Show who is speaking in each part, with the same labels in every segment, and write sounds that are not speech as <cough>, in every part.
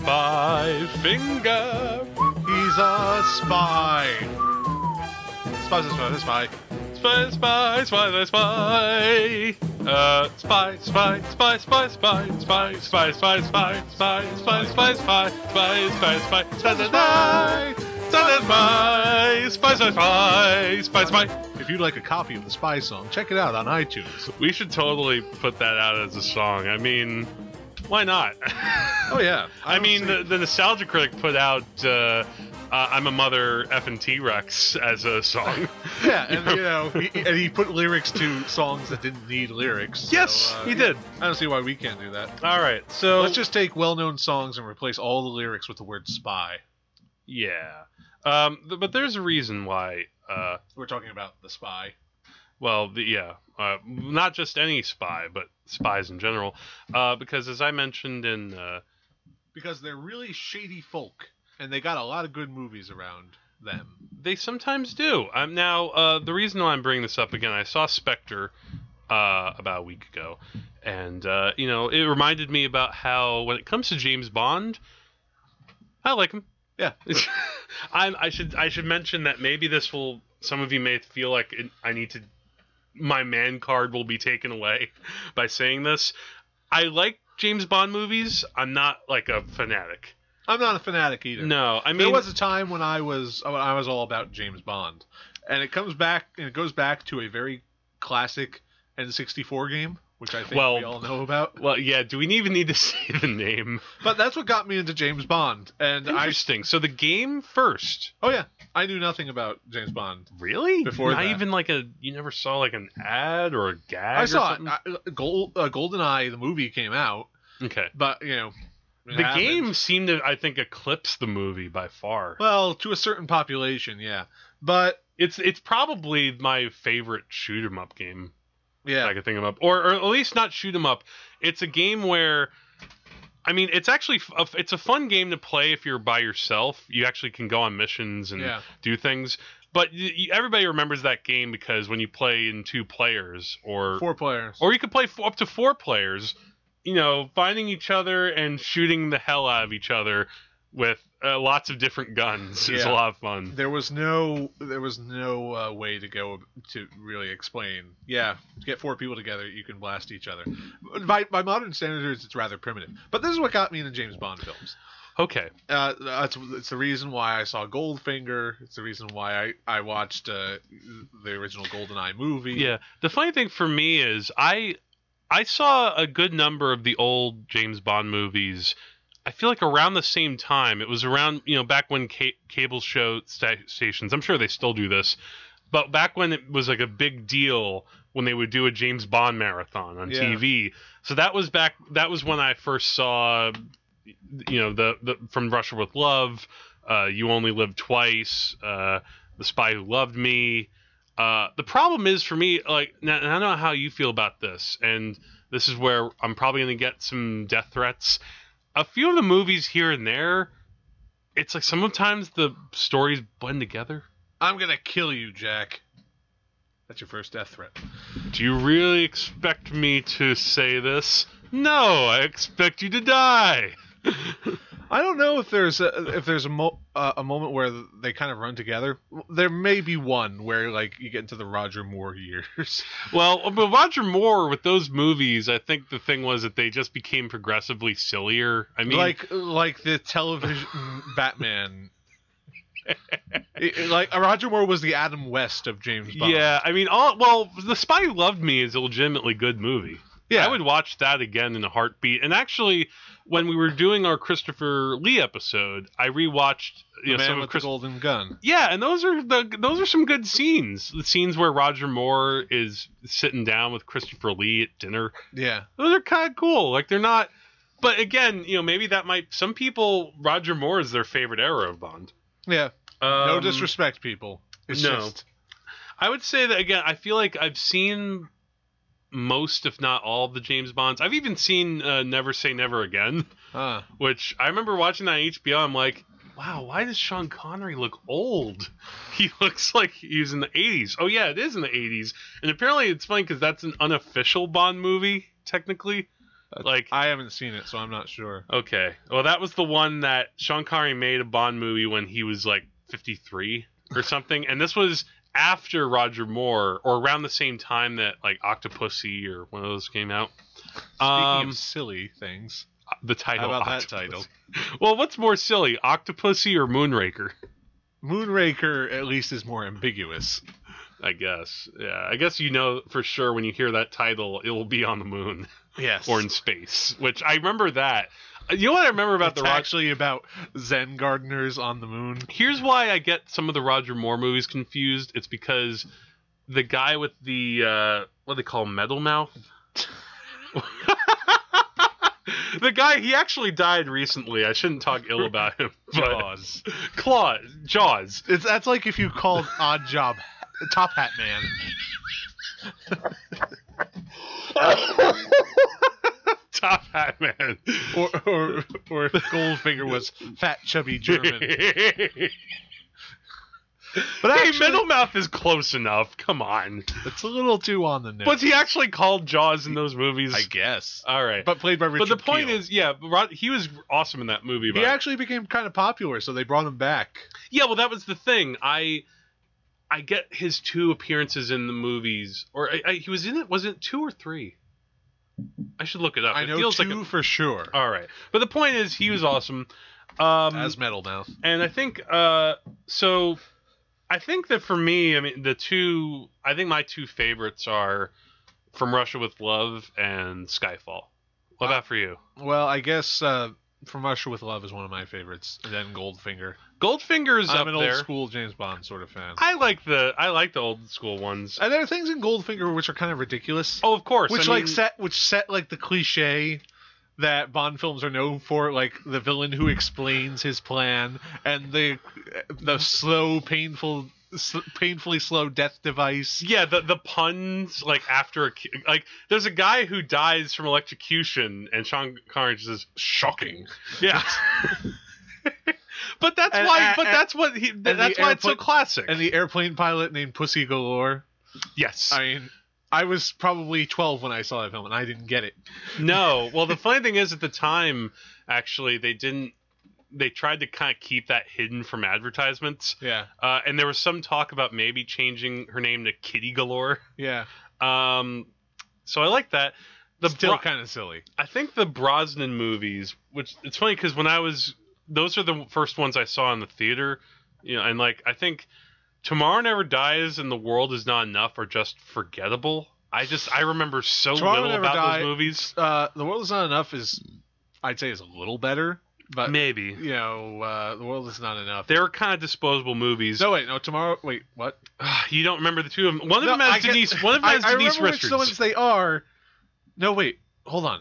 Speaker 1: my finger. He's a spy. Spy, spy, spy, spy, spy, spy, spy, spy. Uh, spy, spy, spy, spy, spy, spy, spy, spy, spy, spy, spy, spy, spy, spy, spy, spy, spy, spy, spy, spy, spy, spy, spy, spy.
Speaker 2: If you'd like a copy of the Spy song, check it out on iTunes.
Speaker 1: We should totally put that out as a song. I mean, why not?
Speaker 2: Oh yeah,
Speaker 1: I,
Speaker 2: don't
Speaker 1: mean,
Speaker 2: see-
Speaker 1: the, the Nostalgia Critic put out uh, uh, "I'm a Mother F and T Rex" as a
Speaker 2: <laughs>
Speaker 1: song.
Speaker 2: <laughs> yeah, and you <laughs> know, he, he- and he put lyrics to songs that didn't need lyrics. so,
Speaker 1: yes,
Speaker 2: uh,
Speaker 1: he
Speaker 2: yeah,
Speaker 1: did.
Speaker 2: I don't see why we can't do that.
Speaker 1: All right, so
Speaker 2: Let's just take well-known songs and replace all the lyrics with the word spy.
Speaker 1: yeah. Um, th- but there's a reason why. Uh,
Speaker 2: We're talking about the spy.
Speaker 1: well, the, yeah, uh, not just any spy, but spies in general, uh, because as I mentioned in uh,
Speaker 2: because they're really shady folk and they got a lot of good movies around them.
Speaker 1: They sometimes do. I'm now uh, the reason why I'm bringing this up again. I saw Spectre uh, about a week ago, and uh, you know it reminded me about how when it comes to James Bond, I like him. <laughs>
Speaker 2: <laughs> Yeah.
Speaker 1: I, I should I should mention that maybe this will some of you may feel like it, I need to my man card will be taken away <laughs> by saying this. I like James Bond movies. I'm not like a fanatic.
Speaker 2: I'm not a fanatic either.
Speaker 1: No, I mean
Speaker 2: there was a time when I was when I was all about James Bond. And it comes back and it goes back to a very classic N64 game, which I think
Speaker 1: Well-
Speaker 2: we all know about.
Speaker 1: well, yeah. Do we even need to <laughs> say the name?
Speaker 2: But that's what got me into James Bond. And I
Speaker 1: Interesting. so the game first,
Speaker 2: Oh yeah, I knew nothing about James Bond.
Speaker 1: really?
Speaker 2: Before
Speaker 1: not
Speaker 2: that.
Speaker 1: even like a you never saw like an ad or a gag.
Speaker 2: I
Speaker 1: or
Speaker 2: saw it.
Speaker 1: something?
Speaker 2: I, Gold, uh, GoldenEye, the movie came out,
Speaker 1: okay.
Speaker 2: but you know, it
Speaker 1: The
Speaker 2: happened.
Speaker 1: game seemed to, I think, eclipse the movie by far.
Speaker 2: Well, to a certain population, yeah. But
Speaker 1: It's it's probably my favorite shoot 'em up game.
Speaker 2: yeah,
Speaker 1: I could think of up, or, or at least not shoot 'em up. It's a game where, I mean, it's actually f- a f- it's a fun game to play if you're by yourself. You actually can go on missions and
Speaker 2: Yeah.
Speaker 1: do things. But y y everybody remembers that game because when you play in two players or
Speaker 2: four players.
Speaker 1: or you could play f- up to four players. You know, finding each other and shooting the hell out of each other with uh, lots of different guns is a
Speaker 2: Yeah.
Speaker 1: lot of fun.
Speaker 2: there was no there was no uh, way to go to really explain. Yeah, get four people together, you can blast each other. By by modern standards, it's rather primitive. But this is what got me into James Bond films.
Speaker 1: Okay,
Speaker 2: Uh, that's it's the reason why I saw Goldfinger. It's the reason why I I watched uh, the original Goldeneye movie.
Speaker 1: Yeah. The funny thing for me is I I saw a good number of the old James Bond movies. I feel like around the same time. It was around, you know, back when ca- cable show sta- stations, I'm sure they still do this, but back when it was like a big deal when they would do a James Bond marathon on
Speaker 2: Yeah.
Speaker 1: TV. So that was back that was when I first saw you know, the, the from Russia with Love, uh, You Only Live Twice, uh, The Spy Who Loved Me, uh, the problem is for me, like, now, and I don't know how you feel about this, and this is where I'm probably going to get some death threats. A few of the movies here and there, it's like sometimes the stories blend together.
Speaker 2: I'm gonna kill you, Jack. That's your first death threat.
Speaker 1: Do you really expect me to say this? No, I expect you to die. <laughs>
Speaker 2: I don't know if there's a, if there's a mo- uh, a moment where they kind of run together. There may be one where like you get into the Roger Moore years.
Speaker 1: Well, but Roger Moore with those movies, I think the thing was that they just became progressively sillier. <laughs> I mean,
Speaker 2: like like the
Speaker 1: <laughs>
Speaker 2: television Batman. It- it- like Roger Moore was the Adam West of James Bond.
Speaker 1: yeah, I mean, all well, The Spy Who Loved Me is a legitimately good movie.
Speaker 2: yeah.
Speaker 1: I would watch that again in a heartbeat. And actually, when we were doing our Christopher Lee episode, I rewatched
Speaker 2: the
Speaker 1: you know,
Speaker 2: man
Speaker 1: some
Speaker 2: with
Speaker 1: of Chris.
Speaker 2: the golden gun.
Speaker 1: Yeah, and those are the those are some good scenes. The scenes where Roger Moore is sitting down with Christopher Lee at dinner.
Speaker 2: Yeah,
Speaker 1: Those are kind of cool. Like they're not. But again, you know, maybe that might some people Roger Moore is their favorite era of Bond.
Speaker 2: yeah.
Speaker 1: Um,
Speaker 2: No disrespect, people. It's
Speaker 1: no.
Speaker 2: just
Speaker 1: I would say that again. I feel like I've seen most, if not all, the James Bonds. I've even seen uh, Never Say Never Again. <laughs>
Speaker 2: uh,
Speaker 1: which I remember watching that on HBO. I'm like, wow, why does Sean Connery look old? <laughs> He looks like he's in the 80s. Oh yeah, it is in the 80s, and apparently it's funny because that's an unofficial Bond movie technically. Like
Speaker 2: I haven't seen it, so I'm not sure.
Speaker 1: okay, well that was the one that Sean Connery made a Bond movie when he was like 53
Speaker 2: <laughs>
Speaker 1: or something, and this was after Roger Moore or around the same time that like Octopussy or one of those came out.
Speaker 2: Speaking
Speaker 1: Um,
Speaker 2: of silly things,
Speaker 1: the title.
Speaker 2: how about that
Speaker 1: Octopussy.
Speaker 2: title?
Speaker 1: <laughs> Well, what's more silly, Octopussy or Moonraker?
Speaker 2: Moonraker at least is more ambiguous.
Speaker 1: I guess. Yeah, I guess you know for sure when you hear that title, it will be on the
Speaker 2: <laughs>
Speaker 1: moon
Speaker 2: Yes,
Speaker 1: or in space. Which I remember that. You know what I remember about
Speaker 2: it's
Speaker 1: the Roger?
Speaker 2: actually about Zen gardeners on the moon.
Speaker 1: Here's why I get some of the Roger Moore movies confused. It's because the guy with the uh, what do they call him, metal mouth. <laughs> the guy he actually died recently. I shouldn't talk ill about him. But
Speaker 2: <laughs> Jaws.
Speaker 1: Claw Jaws.
Speaker 2: It's that's like if you called Odd Job Top Hat Man.
Speaker 1: <laughs> Top Hat Man.
Speaker 2: or or or if Goldfinger was fat chubby
Speaker 1: <laughs>
Speaker 2: German. <laughs>
Speaker 1: But hey,
Speaker 2: actually-
Speaker 1: Middle Mouth is close enough. Come on.
Speaker 2: It's a little too on the nose.
Speaker 1: Was he actually called Jaws in those movies?
Speaker 2: I guess,
Speaker 1: All right. But,
Speaker 2: but played by Richard.
Speaker 1: the point
Speaker 2: Kiel.
Speaker 1: is, yeah, Rod, he was awesome in that movie. But
Speaker 2: he actually became kind of popular, so they brought him back.
Speaker 1: yeah, well, that was the thing. I I get his two appearances in the movies, or I, I, he was in it. Was it two or three? I should look it up.
Speaker 2: I
Speaker 1: it
Speaker 2: know
Speaker 1: feels
Speaker 2: two
Speaker 1: like
Speaker 2: for sure.
Speaker 1: a, all right. But the point is, he was awesome. Um,
Speaker 2: As metal now.
Speaker 1: and I think uh, so. I think that for me, I mean, the two. I think my two favorites are From Russia with Love and Skyfall. What about for you?
Speaker 2: Well, I guess uh, From Russia with Love is one of my favorites. And then Goldfinger.
Speaker 1: Goldfinger is up
Speaker 2: I'm an
Speaker 1: there.
Speaker 2: old school James Bond sort of fan.
Speaker 1: I like the I like the old school ones.
Speaker 2: and there are things in Goldfinger which are kind of ridiculous,
Speaker 1: Oh, of course.
Speaker 2: which
Speaker 1: I
Speaker 2: like
Speaker 1: mean-
Speaker 2: set which set like the cliche that Bond films are known for, like the villain who explains his plan and the the slow, painful, s painfully slow death device.
Speaker 1: Yeah, the the puns like after a ki- like there's a guy who dies from electrocution and Sean Connery just says shocking. Yeah. <laughs> but that's
Speaker 2: And-
Speaker 1: why
Speaker 2: and-
Speaker 1: but that's what he that's
Speaker 2: the
Speaker 1: why it's so
Speaker 2: airplane-
Speaker 1: classic.
Speaker 2: And the airplane pilot named Pussy Galore.
Speaker 1: yes.
Speaker 2: I mean, I was probably 12 when I saw that film, and I didn't get it.
Speaker 1: no. Well, the funny thing is at the time actually they didn't they tried to kind of keep that hidden from advertisements.
Speaker 2: Yeah,
Speaker 1: Uh, and there was some talk about maybe changing her name to Kitty Galore.
Speaker 2: yeah.
Speaker 1: Um, so I like that. The
Speaker 2: Still
Speaker 1: Bro-
Speaker 2: kind of silly.
Speaker 1: I think the Brosnan movies, which it's funny because when I was, those are the first ones I saw in the theater, you know, and like I think Tomorrow Never Dies and The World Is Not Enough are just forgettable. I just I remember so
Speaker 2: Tomorrow
Speaker 1: little
Speaker 2: Never
Speaker 1: about
Speaker 2: Die-
Speaker 1: those movies.
Speaker 2: Uh, the world is not enough is, I'd say, is a little better, but
Speaker 1: Maybe
Speaker 2: you know, uh, the world is not enough.
Speaker 1: they were kind of disposable movies.
Speaker 2: No, wait, no. Tomorrow, wait, what?
Speaker 1: Ugh, <sighs> you don't remember the two of them. One of
Speaker 2: No,
Speaker 1: them has
Speaker 2: I get-
Speaker 1: Denise. One of them has
Speaker 2: I, I
Speaker 1: Denise
Speaker 2: remember which
Speaker 1: Richards.
Speaker 2: <laughs> ones they are. No, wait, hold on.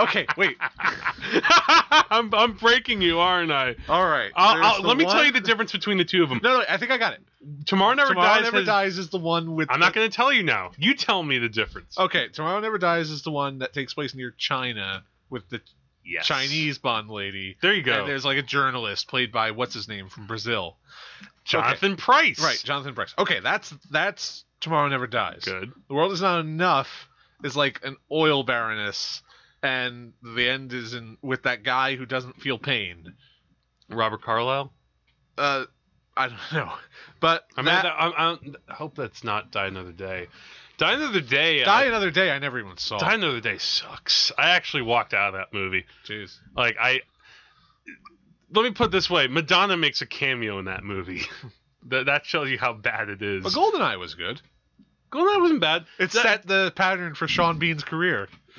Speaker 2: okay, wait.
Speaker 1: <laughs> I'm I'm breaking you, aren't I?
Speaker 2: All right.
Speaker 1: I'll,
Speaker 2: there's
Speaker 1: I'll,
Speaker 2: the
Speaker 1: let me tell
Speaker 2: one-
Speaker 1: you the difference between the two of them.
Speaker 2: No, no, I think I got it.
Speaker 1: Tomorrow Never
Speaker 2: tomorrow
Speaker 1: Dies.
Speaker 2: never
Speaker 1: has-
Speaker 2: dies is the one with.
Speaker 1: I'm
Speaker 2: the-
Speaker 1: not going to tell you now. You tell me the difference.
Speaker 2: Okay, tomorrow never dies is the one that takes place near China with the
Speaker 1: Yes.
Speaker 2: Chinese Bond lady.
Speaker 1: There you go.
Speaker 2: And there's like a journalist played by what's his name from Brazil.
Speaker 1: Jonathan Price.
Speaker 2: Right, Jonathan Bryce. Okay, that's that's Tomorrow Never Dies.
Speaker 1: Good.
Speaker 2: The World Is Not Enough is like an oil baroness and the end is in with that guy who doesn't feel pain.
Speaker 1: Robert Carlyle.
Speaker 2: Uh I don't <laughs> know. But
Speaker 1: I mean,
Speaker 2: that,
Speaker 1: that- I'm- I'm- I hope that's not Die Another Day. Die Another Day.
Speaker 2: Die
Speaker 1: I,
Speaker 2: Another Day I never even saw.
Speaker 1: Die Another Day sucks. I actually walked out of that movie.
Speaker 2: Jeez.
Speaker 1: Like I. Let me put it this way: Madonna makes a cameo in that movie. <laughs> that, that shows you how bad it is.
Speaker 2: But Goldeneye was good.
Speaker 1: Goldeneye wasn't bad.
Speaker 2: It
Speaker 1: That-
Speaker 2: set the pattern for Sean Bean's career.
Speaker 1: <laughs>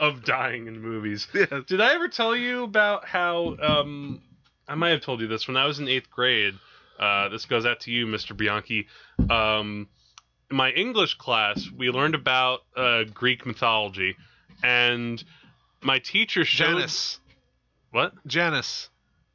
Speaker 1: of dying in movies.
Speaker 2: Yeah.
Speaker 1: Did I ever tell you about how? Um, I might have told you this when I was in eighth grade. Uh, this goes out to you, Mr. Bianchi. Um, in my English class, we learned about uh, Greek mythology, and my teacher showed
Speaker 2: Janice.
Speaker 1: what
Speaker 2: Janice.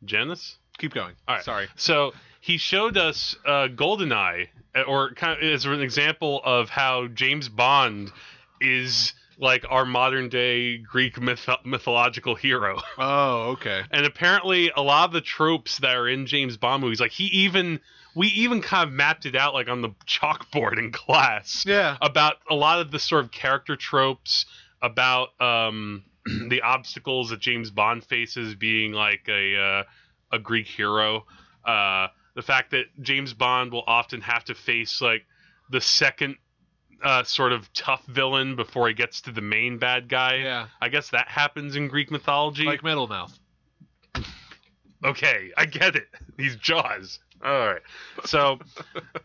Speaker 1: Janus.
Speaker 2: Keep going.
Speaker 1: All right.
Speaker 2: Sorry.
Speaker 1: So he showed us uh, Goldeneye, uh, or kind of, as an example of how James Bond is like our modern day Greek myth- mythological hero. <laughs>
Speaker 2: Oh, okay.
Speaker 1: And apparently, a lot of the tropes that are in James Bond movies, like he even we even kind of mapped it out like on the <laughs> chalkboard in class
Speaker 2: Yeah.
Speaker 1: about a lot of the sort of character tropes about um, <clears throat> the obstacles that James Bond faces being like a uh, a Greek hero. Uh, the fact that James Bond will often have to face like the second uh, sort of tough villain before he gets to the main bad guy.
Speaker 2: Yeah.
Speaker 1: I guess that happens in Greek mythology.
Speaker 2: Like Metal Mouth.
Speaker 1: okay, I get it. <laughs> These jaws. All right.
Speaker 2: <laughs>
Speaker 1: So,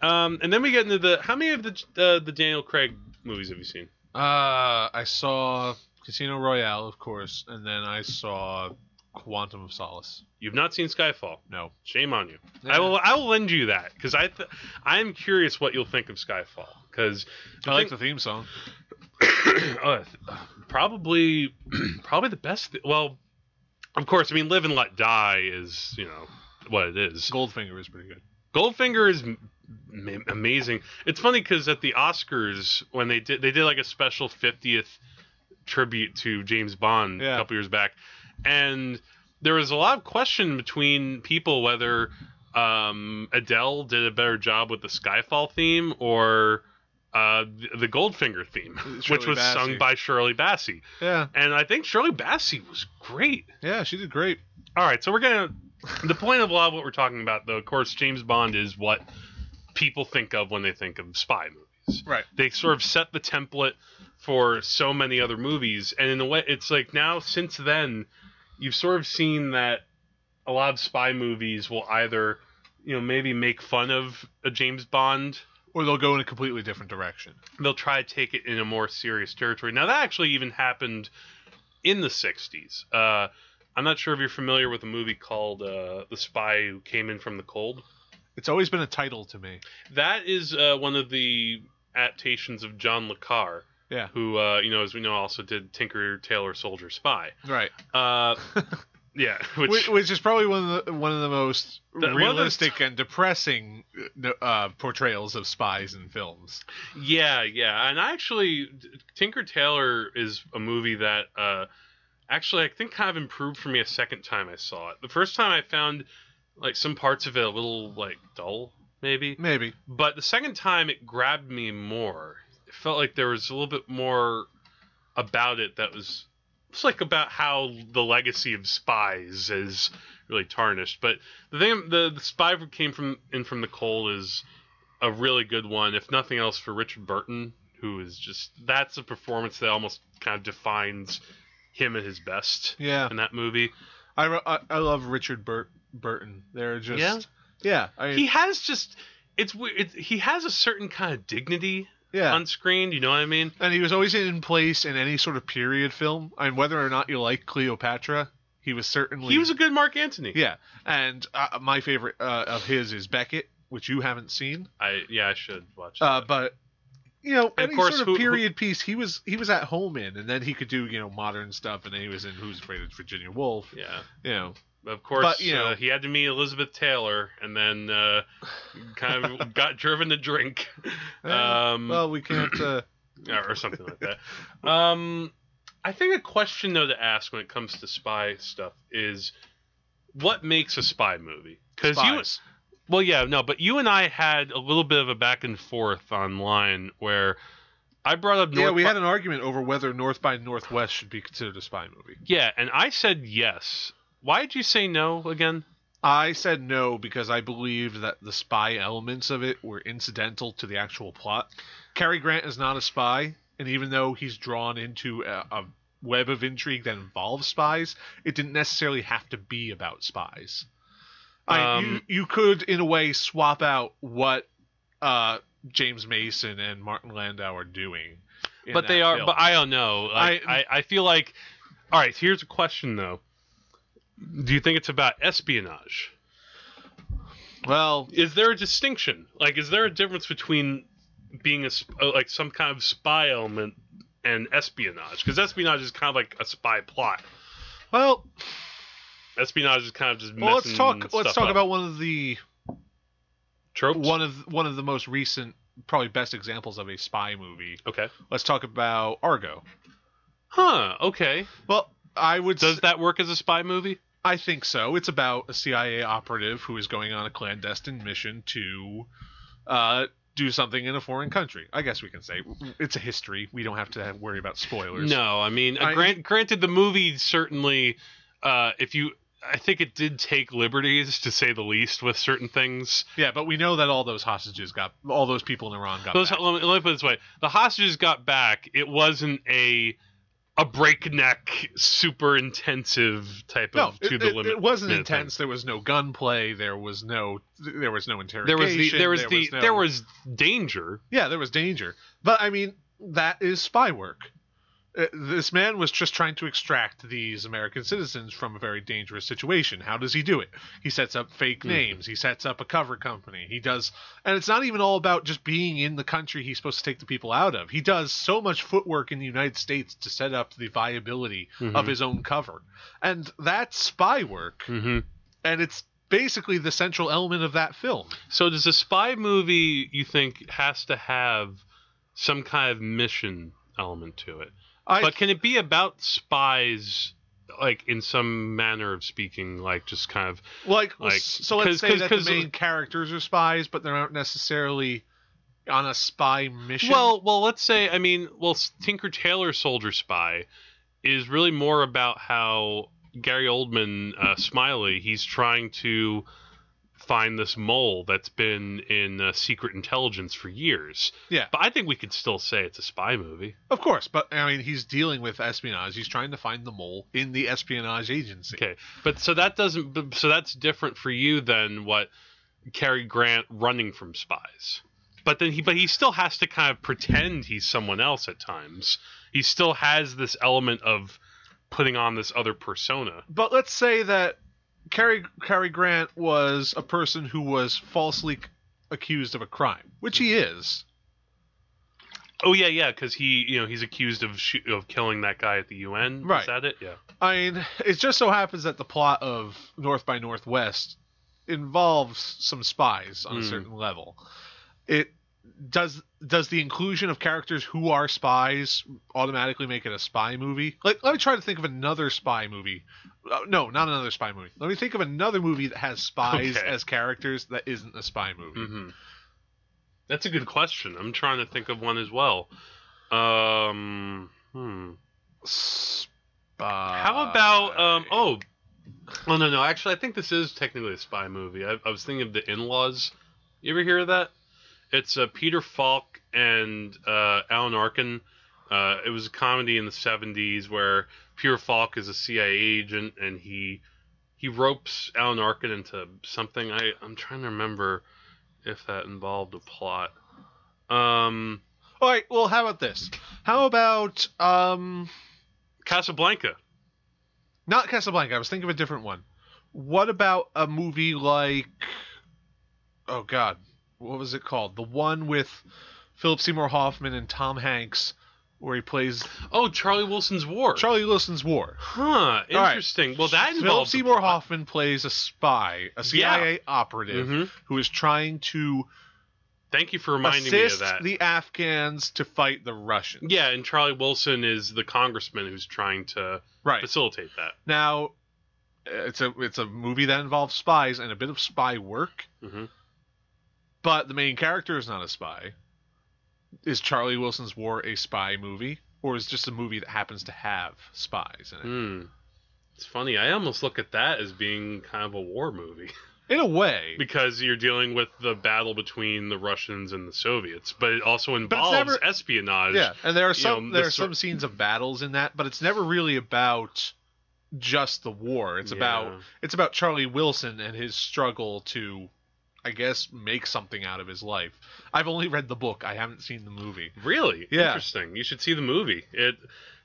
Speaker 1: um, and then we get into the how many of the uh, the Daniel Craig movies have you seen?
Speaker 2: Uh, I saw Casino Royale, of course, and then I saw Quantum of Solace.
Speaker 1: You've not seen Skyfall.
Speaker 2: No.
Speaker 1: Shame on you. I will. I will lend you that because I. Th- I'm curious what you'll think of Skyfall because
Speaker 2: I like the theme song.
Speaker 1: <clears throat> uh, probably <clears throat> probably the best. Th- well, of course. I mean, Live and Let Die is you know what it is.
Speaker 2: Goldfinger is pretty good.
Speaker 1: Goldfinger is m- m- amazing. It's funny because at the Oscars when they did they did like a special 50th tribute to James Bond
Speaker 2: Yeah.
Speaker 1: a couple years back, and there was a lot of question between people whether um, Adele did a better job with the Skyfall theme or uh, the- the Goldfinger theme, which
Speaker 2: Shirley
Speaker 1: was sung
Speaker 2: Bassey.
Speaker 1: by Shirley Bassey,
Speaker 2: Yeah.
Speaker 1: and I think Shirley Bassey was great.
Speaker 2: Yeah, she did great.
Speaker 1: All right, so we're gonna. The point of a lot of what we're talking about, though, of course, James Bond is what people think of when they think of spy movies.
Speaker 2: Right.
Speaker 1: They sort of set the template for so many other movies, and in a way, it's like now since then, you've sort of seen that a lot of spy movies will either, you know, maybe make fun of a James Bond
Speaker 2: Or they'll go in a completely different direction.
Speaker 1: they'll try to take it in a more serious territory. Now that actually even happened in the '60s. Uh, I'm not sure if you're familiar with a movie called uh, "The Spy Who Came in from the Cold."
Speaker 2: It's always been a title to me.
Speaker 1: That is uh, one of the adaptations of John Le Carre,
Speaker 2: Yeah.
Speaker 1: who uh, you know, as we know, also did Tinker Tailor Soldier Spy.
Speaker 2: Right.
Speaker 1: Uh, yeah, <laughs> which,
Speaker 2: Which, which is probably one of the one of the most
Speaker 1: one of those
Speaker 2: realistic and depressing uh, no- uh, portrayals of spies in films.
Speaker 1: Yeah, yeah, and I actually, Tinker Tailor is a movie that uh, actually I think kind of improved for me a second time I saw it. The first time I found like some parts of it a little like dull, maybe,
Speaker 2: Maybe.
Speaker 1: but the second time it grabbed me more. It felt like there was a little bit more about it that was it's like about how the legacy of spies is really tarnished. But the thing, the, the spy who came from in from the cold is a really good one, if nothing else, for Richard Burton, who is just that's a performance that almost kind of defines him at his best
Speaker 2: Yeah.
Speaker 1: in that movie.
Speaker 2: I, re- I, I love Richard Bur- Burton. They're just
Speaker 1: Yeah?
Speaker 2: yeah. I,
Speaker 1: He has just it's weird. It's, he has a certain kind of dignity
Speaker 2: yeah.
Speaker 1: on screen. You know what I mean?
Speaker 2: and he was always in place in any sort of period film. I mean, whether or not you like Cleopatra, he was certainly
Speaker 1: He was a good Mark Antony.
Speaker 2: yeah. And uh, my favorite uh, of his is Beckett, which you haven't seen,
Speaker 1: I yeah, I should watch. That.
Speaker 2: uh, but you know, any
Speaker 1: course,
Speaker 2: sort of
Speaker 1: who- who-
Speaker 2: period piece he was he was at home in, and then he could do you know modern stuff, and then he was in Who's Afraid of Virginia Woolf,
Speaker 1: yeah,
Speaker 2: you know.
Speaker 1: of course.
Speaker 2: But, you know-
Speaker 1: uh, he had to meet Elizabeth Taylor, and then uh, kind
Speaker 2: <laughs>
Speaker 1: of got driven to drink,
Speaker 2: Eh,
Speaker 1: um,
Speaker 2: well, we can't.
Speaker 1: <clears throat>
Speaker 2: Uh,
Speaker 1: or, or something like that. Um, I think a question though to ask when it comes to spy stuff is, what makes a spy movie? Because you,
Speaker 2: spies.
Speaker 1: Well, yeah, no, but you and I had a little bit of a back and forth online where I brought up North
Speaker 2: yeah, we
Speaker 1: by,
Speaker 2: had an argument over whether North by Northwest should be considered a spy movie.
Speaker 1: yeah, and I said yes. Why did you say no again?
Speaker 2: I said no because I believed that the spy elements of it were incidental to the actual plot. Cary Grant is not a spy, and even though he's drawn into a, a web of intrigue that involves spies, it didn't necessarily have to be about spies. I, you,
Speaker 1: Um,
Speaker 2: you could, in a way, swap out what uh, James Mason and Martin Landau are doing. in
Speaker 1: but they
Speaker 2: that
Speaker 1: are.
Speaker 2: film.
Speaker 1: But I don't know. Like, I,
Speaker 2: I-
Speaker 1: I feel like. All right. Here's a question though. Do you think it's about espionage?
Speaker 2: well,
Speaker 1: Is there a distinction? Like, is there a difference between being a sp- uh, like some kind of spy element and espionage? Because espionage is kind of like a spy plot.
Speaker 2: well,
Speaker 1: Espionage is kind of just.
Speaker 2: well let's
Speaker 1: messing
Speaker 2: talk. Let's
Speaker 1: stuff
Speaker 2: talk
Speaker 1: up.
Speaker 2: about one of the
Speaker 1: tropes.
Speaker 2: one of one of the most recent probably best examples of a spy movie
Speaker 1: Okay.
Speaker 2: let's talk about argo
Speaker 1: Huh. Okay.
Speaker 2: well i would
Speaker 1: Does
Speaker 2: s-
Speaker 1: that work as a spy movie?
Speaker 2: I think so. It's about a CIA operative who is going on a clandestine mission to uh, do something in a foreign country. I guess we can say it's a history. We don't have to have, worry about spoilers.
Speaker 1: No, I mean, uh
Speaker 2: I-
Speaker 1: grant, granted, the movie certainly, uh, if you, I think it did take liberties to say the least with certain things.
Speaker 2: Yeah, but we know that all those hostages got all those people in Iran got.
Speaker 1: Those,
Speaker 2: back.
Speaker 1: let, me, let me put it this way: the hostages got back. It wasn't a a breakneck, super intensive type
Speaker 2: no,
Speaker 1: of
Speaker 2: it,
Speaker 1: to the
Speaker 2: it-
Speaker 1: limit.
Speaker 2: it wasn't
Speaker 1: minute thing.
Speaker 2: intense. There was no gunplay. There was no there was no interrogation.
Speaker 1: There was the there was the
Speaker 2: no-
Speaker 1: there was danger.
Speaker 2: Yeah, there was danger. But I mean, that is spy work. Uh, This man was just trying to extract these American citizens from a very dangerous situation. How does he do it? He sets up
Speaker 1: Mm-hmm.
Speaker 2: fake names. He sets up a cover company. He does, and it's not even all about just being in the country he's supposed to take the people out of. He does so much footwork in the United States to set up the viability of his own cover, and that's spy work.
Speaker 1: Mm-hmm.
Speaker 2: And it's basically the central element of that film.
Speaker 1: So does a spy movie you think has to have some kind of mission element to it?
Speaker 2: I,
Speaker 1: but can it be about spies like in some manner of speaking like just kind of
Speaker 2: like,
Speaker 1: Like,
Speaker 2: s- so let's
Speaker 1: 'cause-
Speaker 2: say
Speaker 1: 'cause-
Speaker 2: that
Speaker 1: 'cause-
Speaker 2: the main characters are spies but they're not necessarily on a spy mission
Speaker 1: well well let's say i mean well s- tinker tailor soldier spy is really more about how gary oldman uh, smiley he's trying to find this mole that's been in uh, secret intelligence for years
Speaker 2: Yeah.
Speaker 1: but i think we could still say it's a spy movie
Speaker 2: of course but i mean he's dealing with espionage he's trying to find the mole in the espionage agency
Speaker 1: Okay, but so that doesn't. but- So that's different for you than what Cary Grant running from spies. But then he, but he still has to kind of pretend he's someone else at times. He still has this element of putting on this other persona.
Speaker 2: but let's say that Cary, Cary grant was a person who was falsely c- accused of a crime which he is
Speaker 1: Oh yeah, yeah, because he, you know, he's accused of shoo- of killing that guy at the UN.
Speaker 2: Right.
Speaker 1: Is that it? Yeah.
Speaker 2: i mean it just so happens that the plot of north by northwest involves some spies on a
Speaker 1: Hmm.
Speaker 2: certain level. It does does the inclusion of characters who are spies automatically make it a spy movie? Like, let me try to think of another spy movie. Uh, no, not another spy movie. Let me think of another movie that has spies
Speaker 1: Okay.
Speaker 2: as characters that isn't a spy movie.
Speaker 1: hmm That's a good question. I'm trying to think of one as well. Um. Hmm.
Speaker 2: Spy.
Speaker 1: How about um
Speaker 2: Uh,
Speaker 1: oh oh no no actually I think this is technically a spy movie. I, I was thinking of the in-laws. You ever hear of that? It's uh, Peter Falk and uh, Alan Arkin. Uh, it was a comedy in the '70s where Peter Falk is a CIA agent and he he ropes Alan Arkin into something. I I'm trying to remember if that involved a plot. Um,
Speaker 2: All right. Well, how about this? How about um
Speaker 1: Casablanca.
Speaker 2: not Casablanca. I was thinking of a different one. What about a movie like? Oh God, what was it called? The one with Philip Seymour Hoffman and Tom Hanks, where he plays
Speaker 1: Oh, Charlie Wilson's War.
Speaker 2: Charlie Wilson's War.
Speaker 1: Huh.
Speaker 2: right.
Speaker 1: Interesting. Well, that
Speaker 2: Philip
Speaker 1: involves a
Speaker 2: Seymour
Speaker 1: plot.
Speaker 2: Hoffman plays a spy, a CIA operative
Speaker 1: Mhm.
Speaker 2: who is trying to
Speaker 1: Thank you for reminding
Speaker 2: assist
Speaker 1: me of that.
Speaker 2: the Afghans to fight the Russians.
Speaker 1: yeah, and Charlie Wilson is the congressman who's trying to
Speaker 2: Right.
Speaker 1: facilitate that.
Speaker 2: Now, it's a it's a movie that involves spies and a bit of spy work.
Speaker 1: Mhm.
Speaker 2: But the main character is not a spy. Is Charlie Wilson's War a spy movie, or is it just a movie that happens to have spies in it?
Speaker 1: Hmm. It's funny. I almost look at that as being kind of a war movie <laughs>
Speaker 2: In a way,
Speaker 1: because you're dealing with the battle between the Russians and the Soviets, but it also involves
Speaker 2: never-
Speaker 1: espionage.
Speaker 2: yeah. And there are
Speaker 1: you
Speaker 2: some
Speaker 1: know,
Speaker 2: there
Speaker 1: the
Speaker 2: are
Speaker 1: sor-
Speaker 2: some scenes of battles in that, but it's never really about just the war. It's about
Speaker 1: Yeah.
Speaker 2: it's about Charlie Wilson and his struggle to, I guess, make something out of his life. I've only read the book. I haven't seen the movie.
Speaker 1: Really?
Speaker 2: Yeah.
Speaker 1: Interesting. You should see the movie. It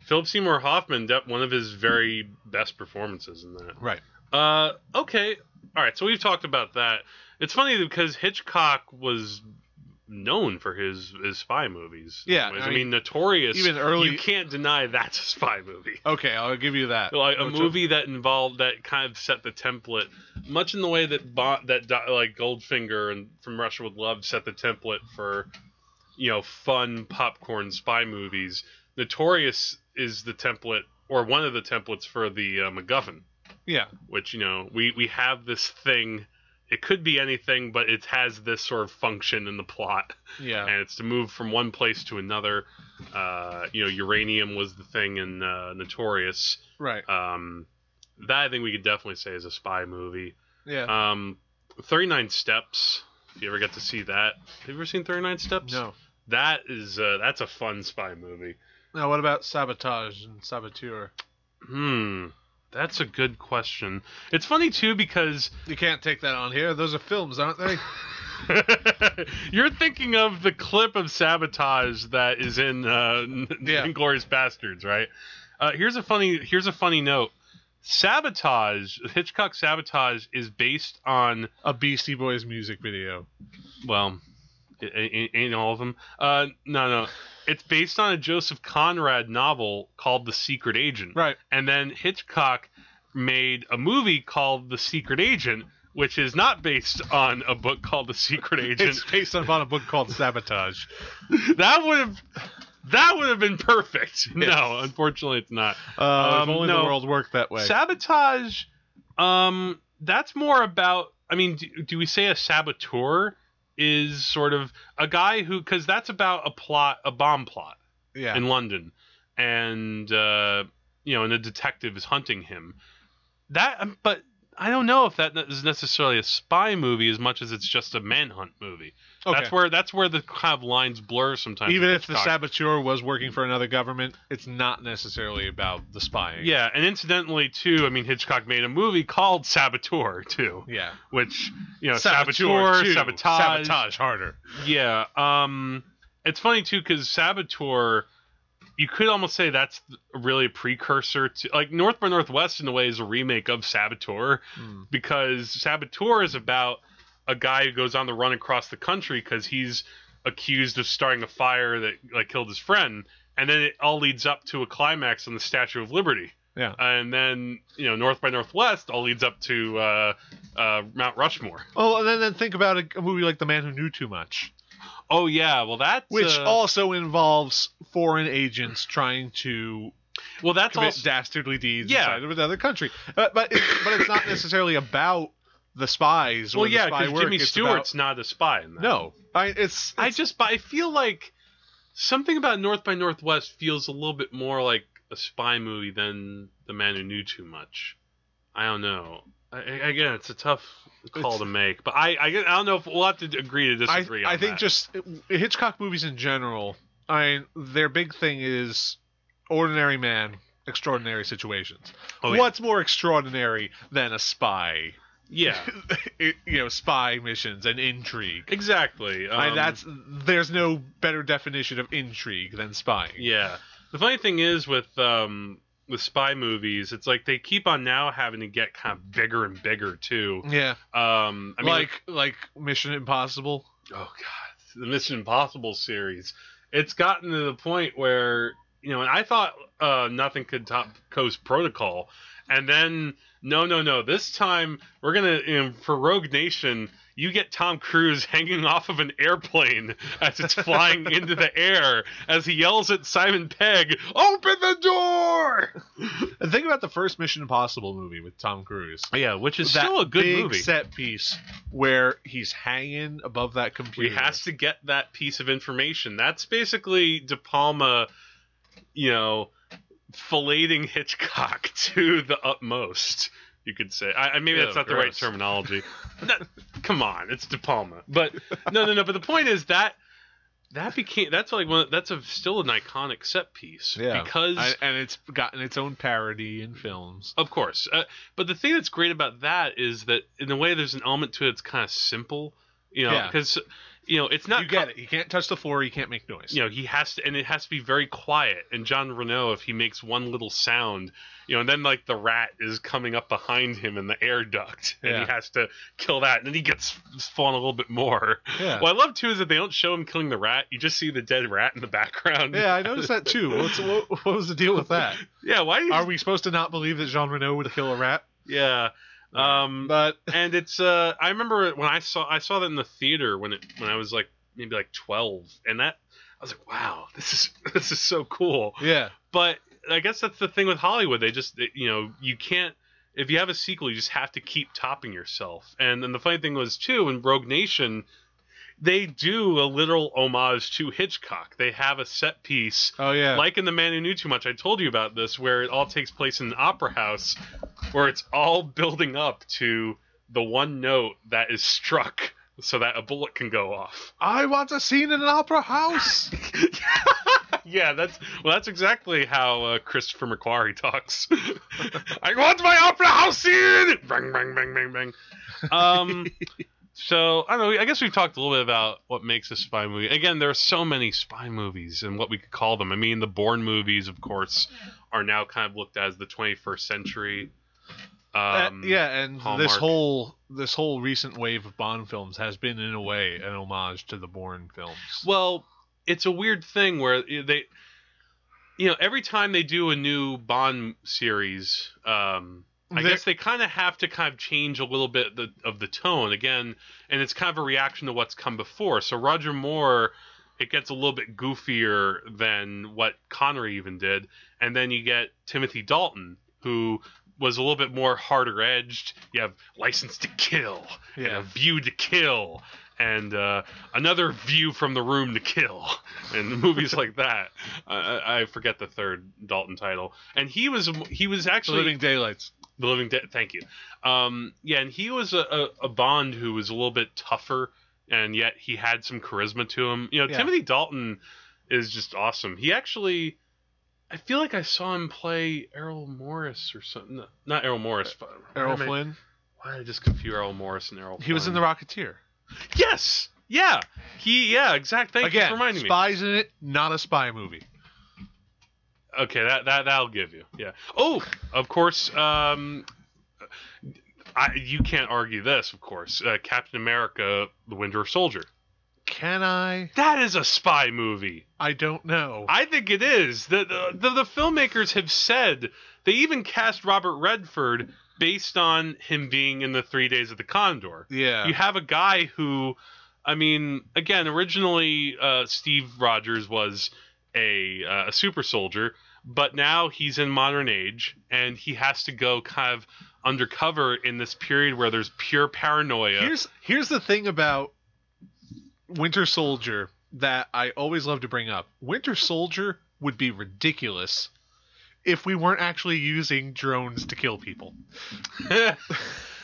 Speaker 1: Philip Seymour Hoffman, that- one of his very best performances in that.
Speaker 2: Right.
Speaker 1: Uh, okay. All right. So we've talked about that. It's funny because Hitchcock was known for his, his spy movies.
Speaker 2: Yeah,
Speaker 1: I,
Speaker 2: I
Speaker 1: mean, notorious.
Speaker 2: even early-
Speaker 1: You can't deny that's a spy movie. <laughs>
Speaker 2: Okay, I'll give you that.
Speaker 1: Like a
Speaker 2: Which- uh,
Speaker 1: movie that involved that kind of set the template, much in the way that Bo- that Do- like Goldfinger and From Russia with Love set the template for, you know, fun popcorn spy movies. Notorious is the template or one of the templates for the uh, MacGuffin.
Speaker 2: Yeah.
Speaker 1: which you know we we have this thing it could be anything but it has this sort of function in the plot
Speaker 2: Yeah.
Speaker 1: and it's to move from one place to another uh, you know uranium was the thing in uh, notorious
Speaker 2: right.
Speaker 1: um, that i think we could definitely say is a spy movie
Speaker 2: Yeah.
Speaker 1: um, 39 steps if you ever get to see that have you ever seen 39 steps
Speaker 2: no.
Speaker 1: that is uh, that's a fun spy movie
Speaker 2: Now, what about sabotage and saboteur?
Speaker 1: hmm that's a good question it's funny too because
Speaker 2: You can't take that on here. Those are films, aren't they?
Speaker 1: <laughs> You're thinking of the clip of sabotage that is in uh, <laughs>
Speaker 2: Yeah.
Speaker 1: Inglorious Bastards, right? Uh, here's a funny. Here's a funny note. Sabotage, Hitchcock Sabotage, is based on
Speaker 2: a Beastie Boys music video.
Speaker 1: well, it, it, ain't all of them. Uh, no, no, it's based on a Joseph Conrad novel called The Secret Agent.
Speaker 2: Right.
Speaker 1: And then Hitchcock made a movie called The Secret Agent, which is not based on a book called The Secret Agent.
Speaker 2: <laughs> It's based upon a book called <laughs> Sabotage.
Speaker 1: that would have that would have been perfect. No,
Speaker 2: Yes.
Speaker 1: unfortunately, it's not.
Speaker 2: Uh,
Speaker 1: Um,
Speaker 2: if only
Speaker 1: no.
Speaker 2: the world worked that way.
Speaker 1: Sabotage. Um, that's more about. I mean, do, do we say a saboteur is sort of a guy who because that's about a plot, a bomb plot
Speaker 2: yeah.
Speaker 1: in London, and uh, you know, and a detective is hunting him. That, um, but I don't know if that is necessarily a spy movie as much as it's just a manhunt movie.
Speaker 2: okay.
Speaker 1: That's where that's where the kind of lines blur sometimes.
Speaker 2: Even
Speaker 1: with
Speaker 2: if the
Speaker 1: Hitchcock.
Speaker 2: saboteur was working for another government, it's not necessarily about the spying.
Speaker 1: Yeah, and incidentally too, I mean Hitchcock made a movie called Saboteur too,
Speaker 2: Yeah.
Speaker 1: which you know Saboteur,
Speaker 2: too.
Speaker 1: sabotage,
Speaker 2: Sabotage harder.
Speaker 1: Yeah, um, it's funny too because Saboteur, you could almost say that's really a precursor to like North by Northwest in a way is a remake of Saboteur
Speaker 2: Hmm.
Speaker 1: because Saboteur is about a guy who goes on the run across the country because he's accused of starting a fire that like killed his friend, and then it all leads up to a climax on the Statue of Liberty.
Speaker 2: Yeah.
Speaker 1: and then you know North by Northwest all leads up to uh, uh, Mount Rushmore.
Speaker 2: Oh, and then, then think about a, a movie like The Man Who Knew Too Much,
Speaker 1: Oh yeah, well that's
Speaker 2: which
Speaker 1: uh,
Speaker 2: also involves foreign agents trying to
Speaker 1: well that's
Speaker 2: commit
Speaker 1: also
Speaker 2: dastardly deeds
Speaker 1: Yeah.
Speaker 2: inside of another country. Uh, but it's, but it's not necessarily about the spies. or
Speaker 1: Well, yeah,
Speaker 2: the spy
Speaker 1: because
Speaker 2: work.
Speaker 1: Jimmy
Speaker 2: It's
Speaker 1: Stewart's not a spy in that.
Speaker 2: about- no. I it's,
Speaker 1: I
Speaker 2: it's-
Speaker 1: just but I feel like something about North by Northwest feels a little bit more like a spy movie than The Man Who Knew Too Much. I don't know. I, I- again, it's a tough call
Speaker 2: It's-
Speaker 1: to make, but I, I I don't know if we'll have to agree to
Speaker 2: I,
Speaker 1: disagree. on
Speaker 2: I think
Speaker 1: that.
Speaker 2: just Hitchcock movies in general. I mean, their big thing is ordinary man, extraordinary situations.
Speaker 1: Oh, yeah.
Speaker 2: What's more extraordinary than a spy?
Speaker 1: yeah,
Speaker 2: <laughs> It- you know, spy missions and intrigue.
Speaker 1: exactly. Um,
Speaker 2: <laughs> I mean, that's there's no better definition of intrigue than spying.
Speaker 1: Yeah. The funny thing is with um with spy movies, it's like they keep on now having to get kind of bigger and bigger too.
Speaker 2: Yeah.
Speaker 1: Um, I mean,
Speaker 2: like like Mission Impossible.
Speaker 1: oh god, the Mission Impossible series. It's gotten to the point where you know, and I thought uh, nothing could top Coast Protocol, and then no, no, no. This time we're gonna in, for Rogue Nation. You get Tom Cruise <laughs> hanging off of an airplane as it's <laughs> flying into the air as he yells at Simon Pegg, "Open the door!"
Speaker 2: <laughs> And think about the first Mission Impossible movie with Tom Cruise.
Speaker 1: Yeah, which is
Speaker 2: that
Speaker 1: still a good
Speaker 2: big
Speaker 1: movie.
Speaker 2: set piece where he's hanging above that
Speaker 1: We
Speaker 2: computer.
Speaker 1: has to get that piece of information. That's basically De Palma, you know, filleting Hitchcock <laughs> to the utmost. You could say. I, I maybe
Speaker 2: Ew,
Speaker 1: that's not the right
Speaker 2: Oh, gross. <laughs>
Speaker 1: terminology. No, come on, it's De Palma. But no, no, no. But the point is that that became that's like one. That's a still an iconic set piece.
Speaker 2: Yeah.
Speaker 1: Because
Speaker 2: I- and it's gotten its own parody in films.
Speaker 1: of course. Uh, but the thing that's great about that is that in a way there's an element to it that's kind of simple. You know,
Speaker 2: Yeah.
Speaker 1: because you know it's not
Speaker 2: you get it. You can't touch the floor. You can't make noise.
Speaker 1: you know he has to and it has to be very quiet and john renault if he makes one little sound you know and then like the rat is coming up behind him in the air duct and
Speaker 2: Yeah.
Speaker 1: he has to kill that and then he gets fallen a little bit more
Speaker 2: Yeah.
Speaker 1: what i love too is that they don't show him killing the rat you just see the dead rat in the background
Speaker 2: Yeah, I noticed that too. What's, what, what was the deal with that?
Speaker 1: yeah why do you,
Speaker 2: <laughs> Are we supposed to not believe that Jean Reno would kill a rat?
Speaker 1: yeah um
Speaker 2: But
Speaker 1: and it's uh i remember when i saw i saw that in the theater when it when i was like maybe like 12 and that i was like wow this is <laughs> this is so cool
Speaker 2: yeah,
Speaker 1: but I guess that's the thing with Hollywood. They just, they- you know, you can't. if you have a sequel, you just have to keep topping yourself. And then the funny thing was too in Rogue Nation, they do a literal homage to Hitchcock. They have a set piece
Speaker 2: Oh yeah.
Speaker 1: like in The Man Who Knew Too Much, I told you about this, where it all takes place in an opera house, where it's all building up to the one note that is struck so that a bullet can go off.
Speaker 2: I want a scene in an opera house.
Speaker 1: yeah, that's well, that's exactly how uh, Christopher McQuarrie talks. <laughs> I want my opera house scene. Bang, bang, bang, bang, bang.
Speaker 2: <laughs>
Speaker 1: Um. So I don't know. I guess we've talked a little bit about what makes a spy movie. Again, there are so many spy movies and what we could call them. I mean, the Bourne movies, of course, are now kind of looked at as the 21st century.
Speaker 2: Uh,
Speaker 1: Um,
Speaker 2: yeah, and this
Speaker 1: Hallmark.
Speaker 2: whole this whole recent wave of Bond films has been in a way an homage to the Bourne films.
Speaker 1: Well, it's a weird thing where they, you know, every time they do a new Bond series, um, I
Speaker 2: They-
Speaker 1: guess they kind of have to kind of change a little bit the, of the tone again, and it's kind of a reaction to what's come before. So Roger Moore, it gets a little bit goofier than what Connery even did, and then you get Timothy Dalton who was a little bit more harder edged. You have License to Kill, and
Speaker 2: Yeah.
Speaker 1: a View to Kill, and uh, another view from the room to kill, <laughs> and movies like that. I, I- I forget the third Dalton title, and he was he was
Speaker 2: The
Speaker 1: actually
Speaker 2: Living Daylights.
Speaker 1: the Living Dead. Thank you. Um, yeah, and he was a, a, a Bond who was a little bit tougher, and yet he had some charisma to him. You know,
Speaker 2: Yeah.
Speaker 1: Timothy Dalton is just awesome. He actually, I feel like I saw him play Errol Morris or something. No, Not Errol Morris. but-
Speaker 2: Errol
Speaker 1: why am I-
Speaker 2: Flynn.
Speaker 1: Why did I just confuse Errol Morris and Errol?
Speaker 2: He was in the
Speaker 1: Flynn?
Speaker 2: Rocketeer.
Speaker 1: Yes. Yeah. He. Yeah. Exact. Thank you
Speaker 2: Again,
Speaker 1: for reminding me.
Speaker 2: spies in it, not a spy movie.
Speaker 1: Okay, that that that'll give you. Yeah. Oh, of course. Um, I, you can't argue this. Of course, uh, Captain America: The Winter Soldier.
Speaker 2: Can I?
Speaker 1: That is a spy movie.
Speaker 2: I don't know.
Speaker 1: I think it is. The the, the, the filmmakers have said they even cast Robert Redford based on him being in the Three Days of the Condor.
Speaker 2: yeah.
Speaker 1: You have a guy who, I mean, again, originally uh, Steve Rogers was a uh, a super soldier, but now he's in modern age and he has to go kind of undercover in this period where there's pure paranoia.
Speaker 2: Here's here's the thing about Winter Soldier that I always love to bring up. Winter Soldier would be ridiculous if we weren't actually using drones to kill people.
Speaker 1: <laughs>
Speaker 2: <laughs>
Speaker 1: well,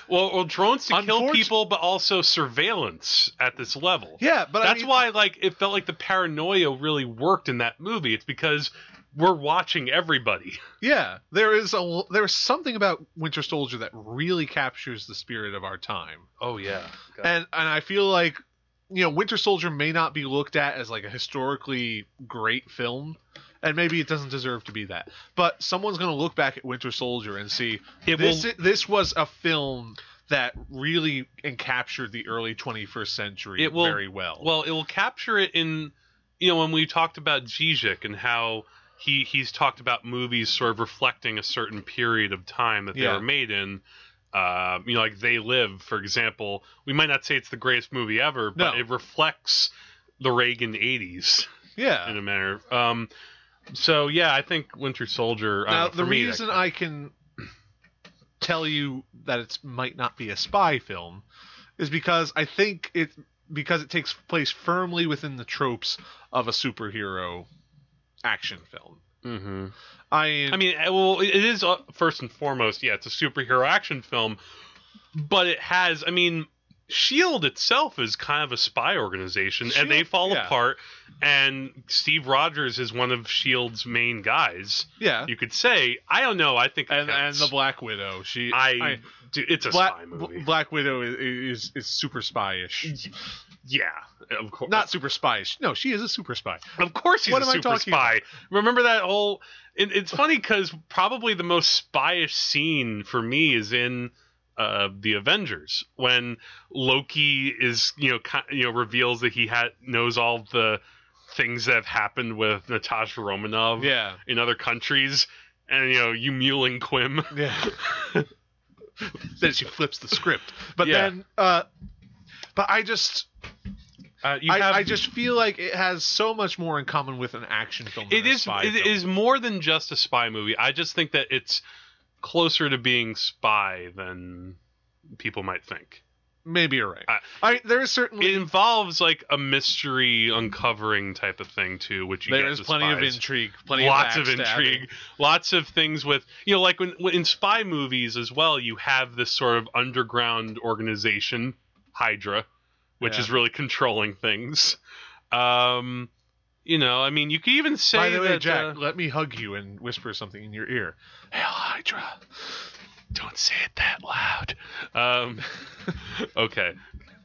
Speaker 1: well, drones to kill
Speaker 2: Unfortu-
Speaker 1: people, but also surveillance at this level.
Speaker 2: Yeah, but
Speaker 1: That's why, like, it felt like the paranoia really worked in that movie. It's because we're watching everybody.
Speaker 2: Yeah, there is a there is something about Winter Soldier that really captures the spirit of our time.
Speaker 1: Oh yeah,
Speaker 2: and and I feel like you know Winter Soldier may not be looked at as like a historically great film, and maybe it doesn't deserve to be that. But someone's gonna look back at Winter Soldier and see
Speaker 1: it
Speaker 2: this
Speaker 1: will.
Speaker 2: i- this was a film that really encaptured the early 21st century
Speaker 1: It will-
Speaker 2: very well.
Speaker 1: Well, it will capture it in, you know, when we talked about Zizek and how he he's talked about movies sort of reflecting a certain period of time that they
Speaker 2: Yeah.
Speaker 1: were made in. Uh, you know, like They Live, for example. We might not say it's the greatest movie ever, but
Speaker 2: No.
Speaker 1: it reflects the Reagan '80s in
Speaker 2: yeah.
Speaker 1: a manner. Um, so yeah, I think Winter Soldier. I
Speaker 2: Now
Speaker 1: don't know,
Speaker 2: the
Speaker 1: for me, that
Speaker 2: reason
Speaker 1: counts.
Speaker 2: I can tell you that it might not be a spy film is because I think it because it takes place firmly within the tropes of a superhero action film.
Speaker 1: Mhm.
Speaker 2: I mean,
Speaker 1: I mean, eh, well, it it is uh, first and foremost, yeah, it's a superhero action film, but it has, I mean, Shield itself is kind of a spy organization,
Speaker 2: Shield-
Speaker 1: and they fall
Speaker 2: E yeah.
Speaker 1: apart. And Steve Rogers is one of Shield's E main guys.
Speaker 2: yeah,
Speaker 1: You could say, I don't know. I think it
Speaker 2: and and
Speaker 1: counts.
Speaker 2: the Black Widow. She
Speaker 1: I, do, it's a
Speaker 2: Black,
Speaker 1: spy movie.
Speaker 2: Black Widow is is, is super spyish.
Speaker 1: yeah, of course.
Speaker 2: Not super spyish. No, she is a super spy.
Speaker 1: Of course he's
Speaker 2: What
Speaker 1: a
Speaker 2: am I
Speaker 1: super
Speaker 2: talking
Speaker 1: spy. Remember that whole it, it's funny cuz probably the most spyish scene for me is in uh, the Avengers when Loki is you know ki you know reveals that he had knows all the things that have happened with Natasha Romanov
Speaker 2: Yeah,
Speaker 1: in other countries and you know you mewling Quim
Speaker 2: yeah. <laughs> then she flips the script, but
Speaker 1: Yeah.
Speaker 2: then, uh, but I just
Speaker 1: uh, you
Speaker 2: I,
Speaker 1: have
Speaker 2: I just feel like it has so much more in common with an action film. Than
Speaker 1: it
Speaker 2: a
Speaker 1: is
Speaker 2: spy
Speaker 1: it
Speaker 2: film.
Speaker 1: is more than just a spy movie. I just think that it's closer to being spy than people might think.
Speaker 2: Maybe you're right.
Speaker 1: I-
Speaker 2: I mean, there is certainly
Speaker 1: It involves like a mystery uncovering type of thing too, which you
Speaker 2: there
Speaker 1: get
Speaker 2: is
Speaker 1: with
Speaker 2: plenty of
Speaker 1: spies.
Speaker 2: intrigue, plenty
Speaker 1: lots
Speaker 2: of,
Speaker 1: of
Speaker 2: backstabbing.
Speaker 1: intrigue, lots of things with you know, like when, when in spy movies as well, you have this sort of underground organization, Hydra, which
Speaker 2: Yeah.
Speaker 1: is really controlling things. Um, you know, I mean, you could even say
Speaker 2: By the way,
Speaker 1: that,
Speaker 2: Jack,
Speaker 1: uh,
Speaker 2: let me hug you and whisper something in your ear. Hail Hydra!
Speaker 1: don't say it that loud. Um, <laughs> okay,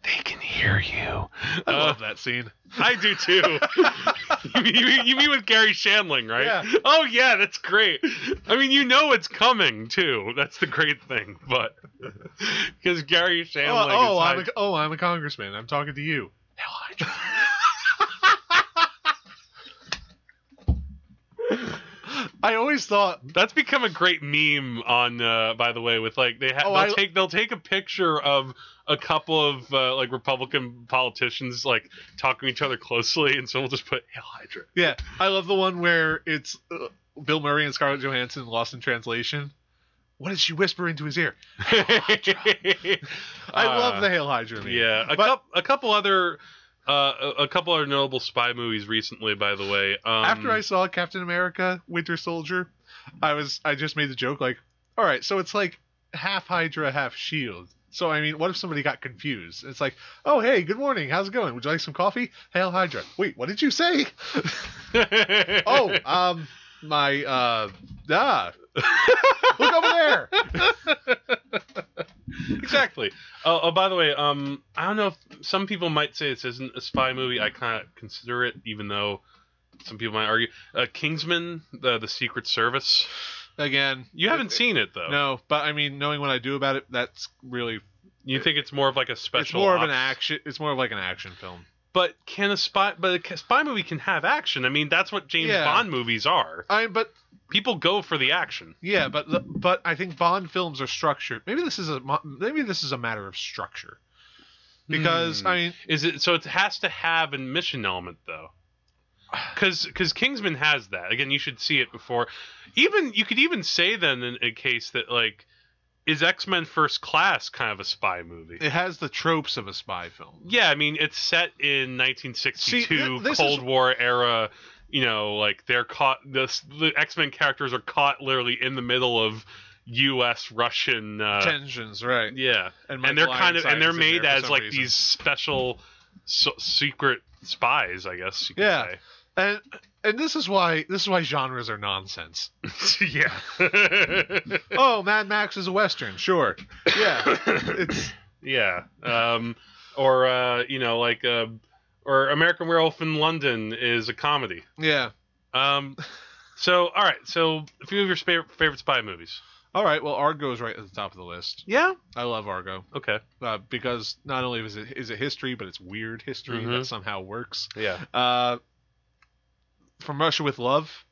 Speaker 1: they can hear you.
Speaker 2: I
Speaker 1: Uh,
Speaker 2: love that scene.
Speaker 1: I do
Speaker 2: <laughs>
Speaker 1: too. you, mean, you mean with Gary Shandling, right?
Speaker 2: Yeah.
Speaker 1: Oh yeah, that's great. I mean, you know it's coming too. That's the great thing, but <laughs> because Gary Shandling.
Speaker 2: <laughs> Oh, oh, I'm a,
Speaker 1: is
Speaker 2: oh, I'm a congressman. I'm talking to you. Hail Hydra! <laughs> I always thought
Speaker 1: that's become a great meme on. Uh, by the way, with like they ha-
Speaker 2: Oh,
Speaker 1: they'll
Speaker 2: I-
Speaker 1: take they'll take a picture of a couple of uh, like Republican politicians like talking to each other closely, and someone will just put Hail Hydra.
Speaker 2: Yeah, I love the one where it's uh, Bill Murray and Scarlett Johansson lost in translation. What did she whisper into his ear? <laughs> I
Speaker 1: Uh,
Speaker 2: love the Hail Hydra. Meme.
Speaker 1: Yeah, a,
Speaker 2: But-
Speaker 1: coup a couple other, uh, a, a couple other notable spy movies recently. By the way, um, <laughs>
Speaker 2: After I saw Captain America: Winter Soldier, I was I just made the joke like, all right, so it's like half Hydra, half Shield. So I mean, what if somebody got confused? It's like, oh hey, good morning, how's it going? Would you like some coffee? Hail Hydra. Wait, what did you say? oh,
Speaker 1: <laughs>
Speaker 2: um, my uh, ah, <laughs> look over there.
Speaker 1: exactly. Oh, oh, by the way, um, I don't know if some people might say this isn't a spy movie. I kind of consider it, even though some people might argue. Uh, Kingsman, the the Secret Service.
Speaker 2: Again,
Speaker 1: You haven't seen it though.
Speaker 2: No, but I mean, knowing what I do about it, that's really
Speaker 1: You think it's more of like a special.
Speaker 2: it's more of an
Speaker 1: ops-
Speaker 2: action. It's more of like an action film.
Speaker 1: But can a spy? But a spy movie can have action. I mean, that's what James
Speaker 2: Yeah.
Speaker 1: Bond movies are.
Speaker 2: I but
Speaker 1: People go for the action.
Speaker 2: yeah, but the- but I think Bond films are structured. Maybe this is a mo- maybe this is a matter of structure because
Speaker 1: Hmm.
Speaker 2: I mean,
Speaker 1: Is it so? It has to have a mission element
Speaker 2: <sighs>
Speaker 1: though, because Kingsman has that. Again, you should see it before. Even you could even say then in a case that like is X Men First Class kind of a spy movie.
Speaker 2: it has the tropes of a spy film.
Speaker 1: yeah, I mean it's set in 1962
Speaker 2: See, thi- this
Speaker 1: Cold
Speaker 2: is-
Speaker 1: War era. You know, like they're caught. This, the X Men characters are caught literally in the middle of U.S. Russian. Uh,
Speaker 2: Tensions, right?
Speaker 1: yeah,
Speaker 2: Mike
Speaker 1: and they're kind of
Speaker 2: Lionside's
Speaker 1: and they're
Speaker 2: in
Speaker 1: made
Speaker 2: there for
Speaker 1: as
Speaker 2: some
Speaker 1: like
Speaker 2: reason.
Speaker 1: these special so, secret spies, I guess. You could
Speaker 2: Yeah. And and this is why this is why genres are nonsense. <laughs>
Speaker 1: say. <laughs> yeah, <laughs>
Speaker 2: oh, Mad Max is a western, sure.
Speaker 1: <coughs>
Speaker 2: Yeah, it's
Speaker 1: yeah. Um, or uh, you know, like uh, or American Werewolf in London is a comedy.
Speaker 2: yeah.
Speaker 1: Um, so all right, so a few of your favorite favorite spy movies.
Speaker 2: All right, well, Argo's right at the top of the list.
Speaker 1: Yeah.
Speaker 2: I love Argo.
Speaker 1: Okay.
Speaker 2: uh, because not only is it is it history, but it's weird history
Speaker 1: Mhm.
Speaker 2: that somehow works.
Speaker 1: Yeah.
Speaker 2: Uh, From Russia with Love,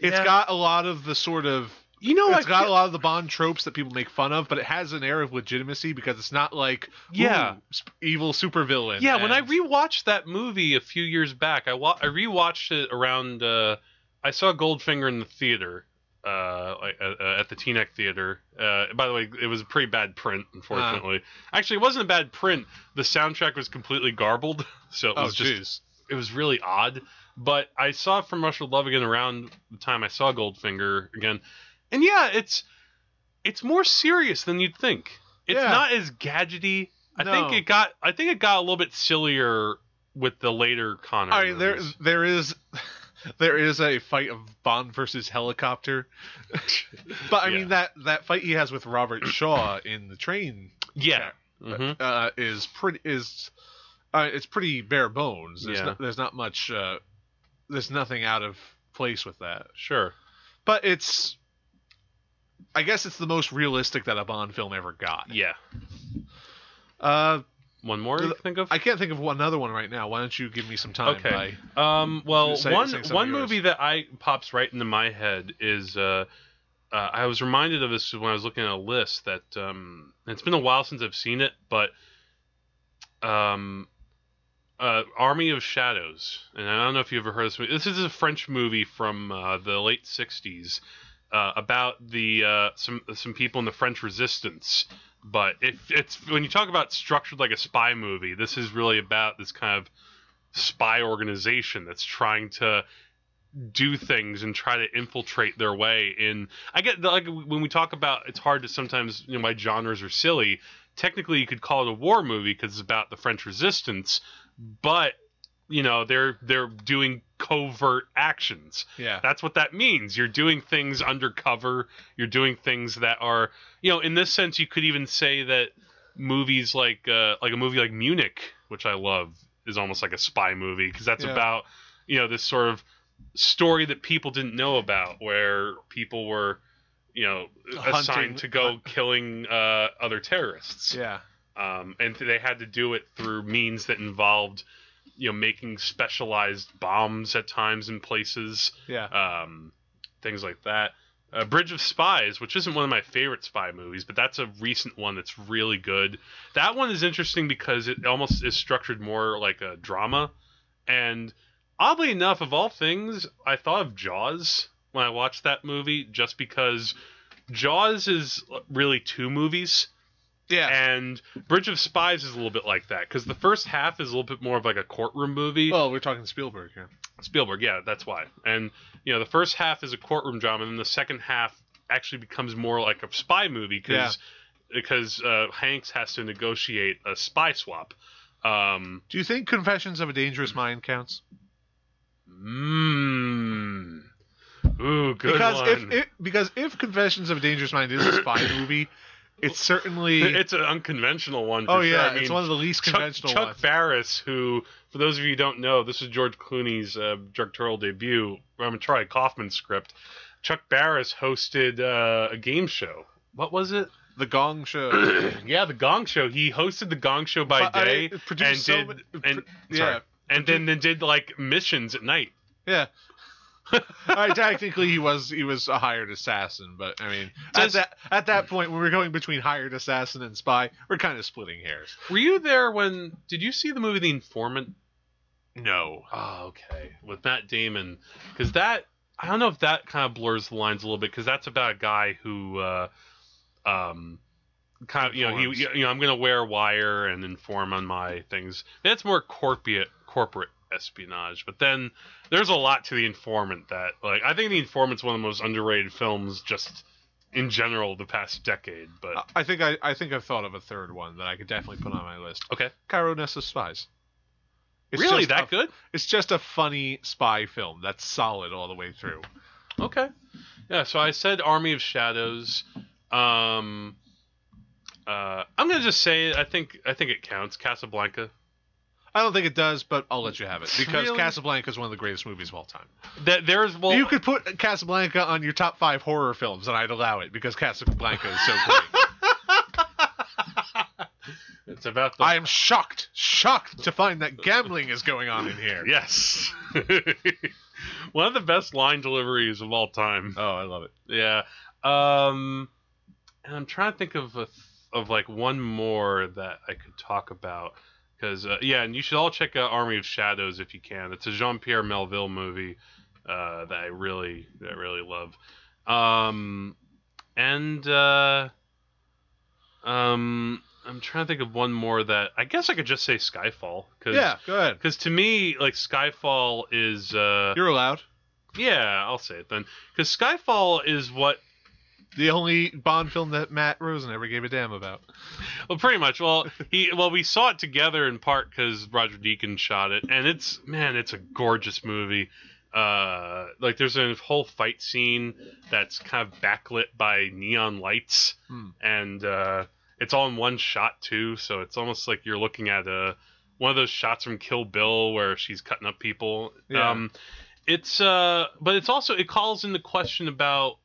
Speaker 2: it's
Speaker 1: Yeah.
Speaker 2: got a lot of the sort of
Speaker 1: You know,
Speaker 2: it's got a lot of the Bond tropes that people make fun of, but it has an air of legitimacy because it's not like
Speaker 1: Yeah.
Speaker 2: ooh, sp- evil supervillain.
Speaker 1: Yeah, when I
Speaker 2: and-
Speaker 1: rewatched that movie a few years back, I wa- I rewatched it around. Uh, I saw Goldfinger in the theater, uh, like, uh, uh, at the Teaneck Theater. Uh, by the way, it was a pretty bad print, unfortunately.
Speaker 2: Ah.
Speaker 1: Actually, it wasn't a bad print. The soundtrack was completely garbled, <laughs> so it
Speaker 2: oh
Speaker 1: was just
Speaker 2: jeez,
Speaker 1: it was really odd. But I saw From Russia with Love again around the time I saw Goldfinger again, and yeah, it's it's more serious than you'd think. It's
Speaker 2: Yeah.
Speaker 1: not as gadgety. I think
Speaker 2: No.
Speaker 1: it got I think it got a little bit sillier with the later Connery.
Speaker 2: all right, there
Speaker 1: movies.
Speaker 2: there is. <laughs> There is a fight of Bond versus helicopter, <laughs> but I
Speaker 1: Yeah.
Speaker 2: mean that that fight he has with Robert Shaw in the train
Speaker 1: yeah. Mhm.
Speaker 2: uh, is pretty is uh, it's pretty bare bones. There's,
Speaker 1: Yeah.
Speaker 2: no- there's not much. Uh, there's nothing out of place with that.
Speaker 1: Sure.
Speaker 2: But it's, I guess it's the most realistic that a Bond film ever got.
Speaker 1: Yeah.
Speaker 2: Uh,
Speaker 1: One more you can think of?
Speaker 2: I can't think of one another one right now. Why don't you give me some time?
Speaker 1: Okay.
Speaker 2: by-
Speaker 1: Um, well,
Speaker 2: Say-
Speaker 1: one
Speaker 2: say some of
Speaker 1: one
Speaker 2: yours.
Speaker 1: movie that I pops right into my head is uh, uh, I was reminded of this when I was looking at a list that um, it's been a while since I've seen it, but um, uh, Army of Shadows, and I don't know if you ever heard of this movie. This is a French movie from uh, the late '60s uh, about the uh, some some people in the French Resistance. But if it's when you talk about structured like a spy movie, this is really about this kind of spy organization that's trying to do things and try to infiltrate their way in i get like when we talk about it's hard to sometimes you know my genres are silly technically you could call it a war movie because it's about the french resistance but you know they're they're doing covert actions
Speaker 2: Yeah.
Speaker 1: that's what that means you're doing things undercover you're doing things that are you know in this sense you could even say that movies like uh, like a movie like munich which i love is almost like a spy movie because that's
Speaker 2: Yeah.
Speaker 1: about you know this sort of story that people didn't know about where people were you know
Speaker 2: Hunting-
Speaker 1: assigned to
Speaker 2: <laughs>
Speaker 1: go killing uh, other terrorists
Speaker 2: Yeah.
Speaker 1: um, and they had to do it through means that involved you know making specialized bombs at times in places
Speaker 2: Yeah.
Speaker 1: um, things like that. Uh, Bridge of Spies, which isn't one of my favorite spy movies, but that's a recent one that's really good. That one is interesting because it almost is structured more like a drama. And oddly enough, of all things, I thought of Jaws when I watched that movie, just because Jaws is really two movies.
Speaker 2: yeah.
Speaker 1: And Bridge of Spies is a little bit like that because the first half is a little bit more of like a courtroom movie.
Speaker 2: well, we're talking Spielberg here.
Speaker 1: Spielberg, yeah, that's why. And you know, the first half is a courtroom drama, and then the second half actually becomes more like a spy movie because because uh, Hanks has to negotiate a spy swap. Um,
Speaker 2: Do you think Confessions of a Dangerous Mind counts?
Speaker 1: mm, ooh, good
Speaker 2: because
Speaker 1: one.
Speaker 2: if it, because if Confessions of a Dangerous Mind is a
Speaker 1: <coughs>
Speaker 2: spy movie, it's certainly
Speaker 1: it's an unconventional one. For
Speaker 2: oh
Speaker 1: sure.
Speaker 2: yeah,
Speaker 1: I mean,
Speaker 2: it's one of the least
Speaker 1: Chuck,
Speaker 2: conventional
Speaker 1: Chuck
Speaker 2: ones.
Speaker 1: Farris, who, for those of you who don't know, this is George Clooney's uh, directorial debut. I'm Charlie Kaufman script. Chuck Barris hosted uh, a game show. What was it?
Speaker 2: The Gong Show
Speaker 1: <clears throat> yeah, the Gong Show. He hosted the Gong Show by
Speaker 2: But I-
Speaker 1: day
Speaker 2: it produced
Speaker 1: and
Speaker 2: so
Speaker 1: did
Speaker 2: many- it
Speaker 1: and
Speaker 2: <laughs> pro-
Speaker 1: sorry.
Speaker 2: yeah.
Speaker 1: and then, then did like missions at night.
Speaker 2: Yeah. All right, technically he was he was a hired assassin, but I mean
Speaker 1: Does-
Speaker 2: at that at that point when we're going between hired assassin and spy, we're kind of splitting hairs.
Speaker 1: Were you there when? Did you see the movie The Informant?
Speaker 2: No.
Speaker 1: Oh, okay. With Matt Damon, because that I don't know if that kind of blurs the lines a little bit, because that's about a guy who, uh, um, kind of you know he
Speaker 2: Informs.
Speaker 1: you know I'm gonna wear wire and inform on my things. That's more corporate corporate espionage. But then there's a lot to the informant that like I think the informant's one of the most underrated films just in general the past decade. But
Speaker 2: I- I think I, I think I've thought of a third one that I could definitely put on my list.
Speaker 1: okay,
Speaker 2: Cairo Nessus Spies.
Speaker 1: really
Speaker 2: just
Speaker 1: that
Speaker 2: a-
Speaker 1: good?
Speaker 2: It's just a funny spy film that's solid all the way through.
Speaker 1: Okay. Yeah, so I said Army of Shadows. Um uh, I'm gonna just say I think I think it counts. Casablanca.
Speaker 2: I don't think it does, but I'll let you have it because
Speaker 1: Really?
Speaker 2: Casablanca is one of the greatest movies of all time.
Speaker 1: That there's well,
Speaker 2: you could put Casablanca on your top five horror films, and I'd allow it because Casablanca is so <laughs> great.
Speaker 1: it's about the
Speaker 2: I am shocked, shocked to find that gambling is going on in here.
Speaker 1: yes, <laughs> one of the best line deliveries of all time.
Speaker 2: Oh, I love it.
Speaker 1: Yeah. Um, and I'm trying to think of a, of like one more that I could talk about because uh, yeah, and you should all check out Army of Shadows if you can. It's a Jean Pierre Melville movie uh, that I really that I really love. Um, and uh, um, I'm trying to think of one more that I guess I could just say Skyfall because
Speaker 2: Yeah, go ahead.
Speaker 1: Because to me, like Skyfall is uh,
Speaker 2: You're allowed.
Speaker 1: yeah, I'll say it then. Because Skyfall is what
Speaker 2: The only Bond film that Matt Rosen ever gave a damn about.
Speaker 1: Well, pretty much. Well, he well we saw it together in part because Roger Deakins shot it, and it's man, it's a gorgeous movie. Uh, like there's a whole fight scene that's kind of backlit by neon lights,
Speaker 2: Hmm.
Speaker 1: and uh, it's all in one shot too. So it's almost like you're looking at a one of those shots from Kill Bill where she's cutting up people.
Speaker 2: Yeah.
Speaker 1: Um, it's uh, but it's also it calls into question about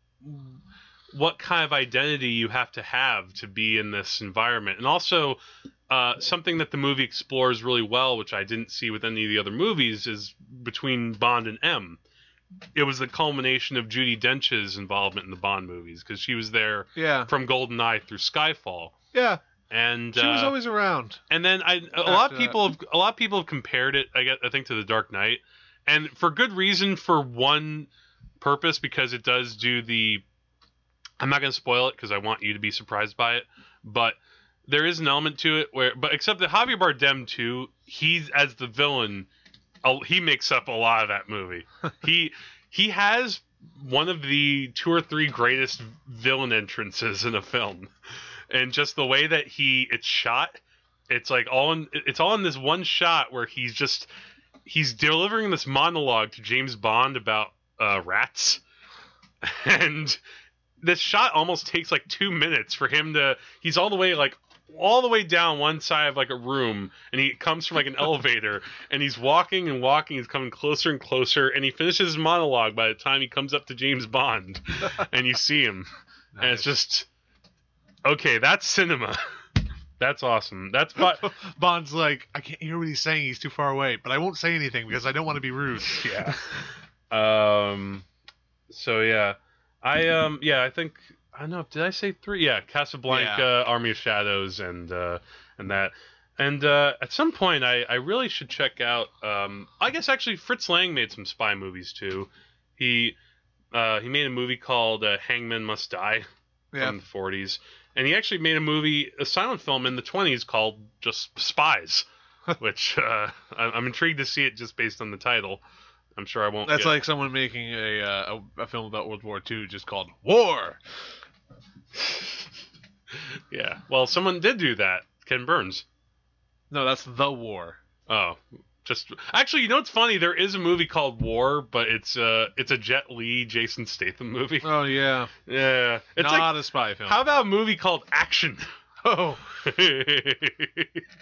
Speaker 1: what kind of identity you have to have to be in this environment. And also, uh, something that the movie explores really well, which I didn't see with any of the other movies, is between Bond and M. It was the culmination of Judy Dench's involvement in the Bond movies because she was there
Speaker 2: Yeah,
Speaker 1: from GoldenEye through Skyfall,
Speaker 2: yeah.
Speaker 1: and
Speaker 2: She was
Speaker 1: uh,
Speaker 2: always around.
Speaker 1: and then I a lot
Speaker 2: After
Speaker 1: of
Speaker 2: that.
Speaker 1: people have a lot of people have compared it I guess I think to the Dark Knight, and for good reason for one purpose because it does do the I'm not going to spoil it because I want you to be surprised by it, but there is an element to it where, but except that Javier Bardem too, he's as the villain, uh, he makes up a lot of that
Speaker 2: <laughs>
Speaker 1: movie. he he has one of the two or three greatest villain entrances in a film, and just the way that he it's shot, it's like all in it's all in this one shot where he's just he's delivering this monologue to James Bond about uh, rats, <laughs> and this shot almost takes like two minutes for him to he's all the way like all the way down one side of like a room and he comes from like an <laughs> elevator and he's walking and walking he's coming closer and closer and he finishes his monologue by the time he comes up to james bond and you see him and it's just okay that's cinema <laughs> that's awesome that's but
Speaker 2: <laughs> Bond's like, I can't hear what he's saying. He's too far away, but I won't say anything because I don't want to be <laughs> rude.
Speaker 1: yeah. Um. So yeah, I um yeah I think I don't know. Did I say three? Yeah, Casablanca, Army of Shadows, and uh, and that. And uh, at some point, I, I really should check out. Um, I guess actually, Fritz Lang made some spy movies too. He uh, he made a movie called uh, Hangman Must Die
Speaker 2: Yeah.
Speaker 1: from the 40s, and he actually made a movie, a silent film in the 20s called just
Speaker 2: <laughs>
Speaker 1: Spies, which uh, I- I'm intrigued to see it just based on the title. I'm sure I won't.
Speaker 2: That's
Speaker 1: get-
Speaker 2: like someone making a, uh, a a film about World War II just called War.
Speaker 1: yeah. Well, someone did do that. Ken Burns.
Speaker 2: No, that's the war.
Speaker 1: Oh, just actually, you know what's funny? There is a movie called War, but it's uh it's a Jet Li, Jason Statham
Speaker 2: <laughs>
Speaker 1: movie.
Speaker 2: Oh yeah,
Speaker 1: Yeah, it's like
Speaker 2: not a spy film.
Speaker 1: how about a movie called Action?
Speaker 2: <laughs>
Speaker 1: <laughs>
Speaker 2: Oh,
Speaker 1: Ooh,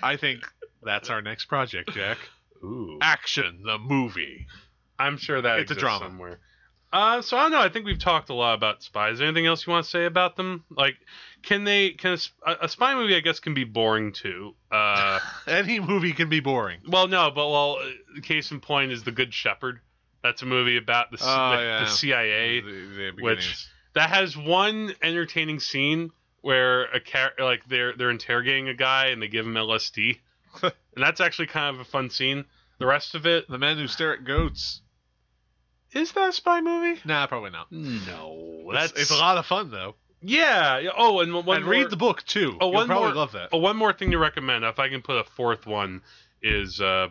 Speaker 2: I think that's our next project, Jack. Action, the movie.
Speaker 1: I'm sure that
Speaker 2: It's a
Speaker 1: exists
Speaker 2: drama.
Speaker 1: somewhere. Uh, so I don't know. I think we've talked a lot about spies. Anything else you want to say about them? Like, can they? Can a, sp- a- a spy movie? I guess can be boring too.
Speaker 2: <laughs>
Speaker 1: Uh,
Speaker 2: Any movie can be boring.
Speaker 1: Well, no, but well, uh, case in point is the Good Shepherd. That's a movie about the, C-
Speaker 2: Oh,
Speaker 1: the, the
Speaker 2: yeah.
Speaker 1: CIA
Speaker 2: The- the beginnings.
Speaker 1: which that has one entertaining scene where a car- like they're they're interrogating a guy and they give him
Speaker 2: <laughs>
Speaker 1: LSD, and that's actually kind of a fun scene. The rest of it
Speaker 2: the men who stare at goats.
Speaker 1: is that a spy movie?
Speaker 2: Nah, probably not.
Speaker 1: No,
Speaker 2: It's-
Speaker 1: that's
Speaker 2: it's, a lot of fun though.
Speaker 1: Yeah. yeah, Oh, and one
Speaker 2: and
Speaker 1: more,
Speaker 2: read the book too.
Speaker 1: Oh,
Speaker 2: You'll
Speaker 1: one
Speaker 2: probably
Speaker 1: more-
Speaker 2: love that.
Speaker 1: Oh, one more thing to recommend, if I can put a fourth one, is uh,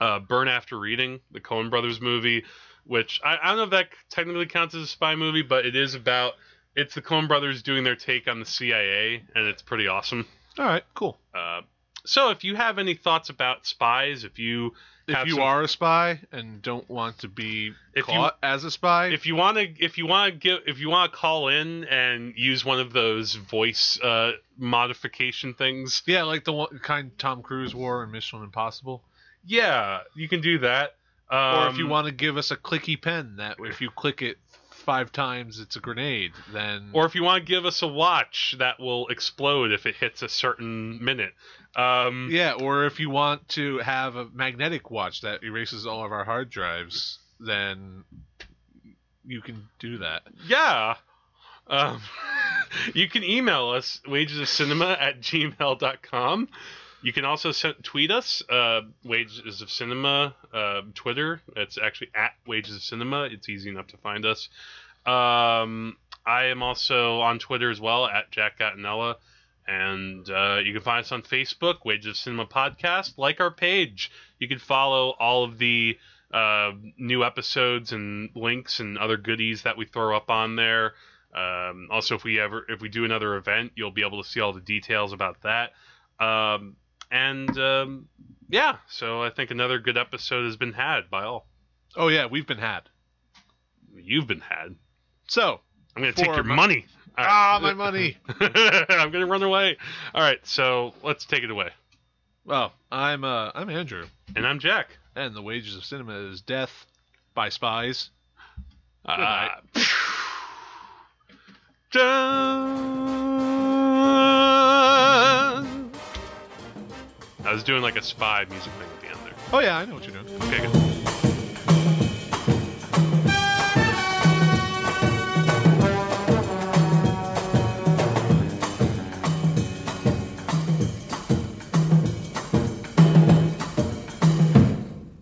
Speaker 1: uh, Burn After Reading, the Coen Brothers movie, which I, I don't know if that technically counts as a spy movie, but it is about it's the Coen Brothers doing their take on the CIA, and it's pretty awesome.
Speaker 2: All right, cool.
Speaker 1: Uh, so if you have any thoughts about spies, if you
Speaker 2: If
Speaker 1: Have
Speaker 2: you
Speaker 1: some-
Speaker 2: are a spy and don't want to be
Speaker 1: If you-
Speaker 2: caught as a spy,
Speaker 1: if you want to if you want to give if you want to call in and use one of those voice uh, modification things,
Speaker 2: yeah, like the one kind Tom Cruise wore in Mission Impossible.
Speaker 1: Yeah, you can do that. Um,
Speaker 2: or if you want to give us a clicky pen that if you click it five times, it's a grenade. Then
Speaker 1: or if you want to give us a watch that will explode if it hits a certain minute. Um,
Speaker 2: yeah, or if you want to have a magnetic watch that erases all of our hard drives, then you can do that.
Speaker 1: yeah. Um, <laughs> you can email us wagesofcinema at gmail.com. You can also send, tweet us uh, wages of cinema uh, Twitter. It's actually at wages of cinema. It's easy enough to find us. Um, I am also on Twitter as well at Jack Gattinella. And uh, you can find us on Facebook, Wages of Cinema Podcast. Like our page. You can follow all of the uh, new episodes and links and other goodies that we throw up on there. Um, also, if we ever if we do another event, you'll be able to see all the details about that. Um, and um, yeah, so I think another good episode has been had by all.
Speaker 2: Oh yeah, we've been had.
Speaker 1: You've been had.
Speaker 2: So
Speaker 1: I'm gonna
Speaker 2: For
Speaker 1: take your
Speaker 2: my-
Speaker 1: money. <laughs> All right.
Speaker 2: ah, my money.
Speaker 1: I'm gonna run away. All right, so let's take it away.
Speaker 2: Well, I'm uh, I'm Andrew,
Speaker 1: And I'm Jack.
Speaker 2: and the wages of cinema is death by spies.
Speaker 1: Uh, <sighs>
Speaker 2: night. Dun!
Speaker 1: I was doing like a spy music thing at the end there.
Speaker 2: Uh, Oh yeah, I know what you're doing.
Speaker 1: Okay, good.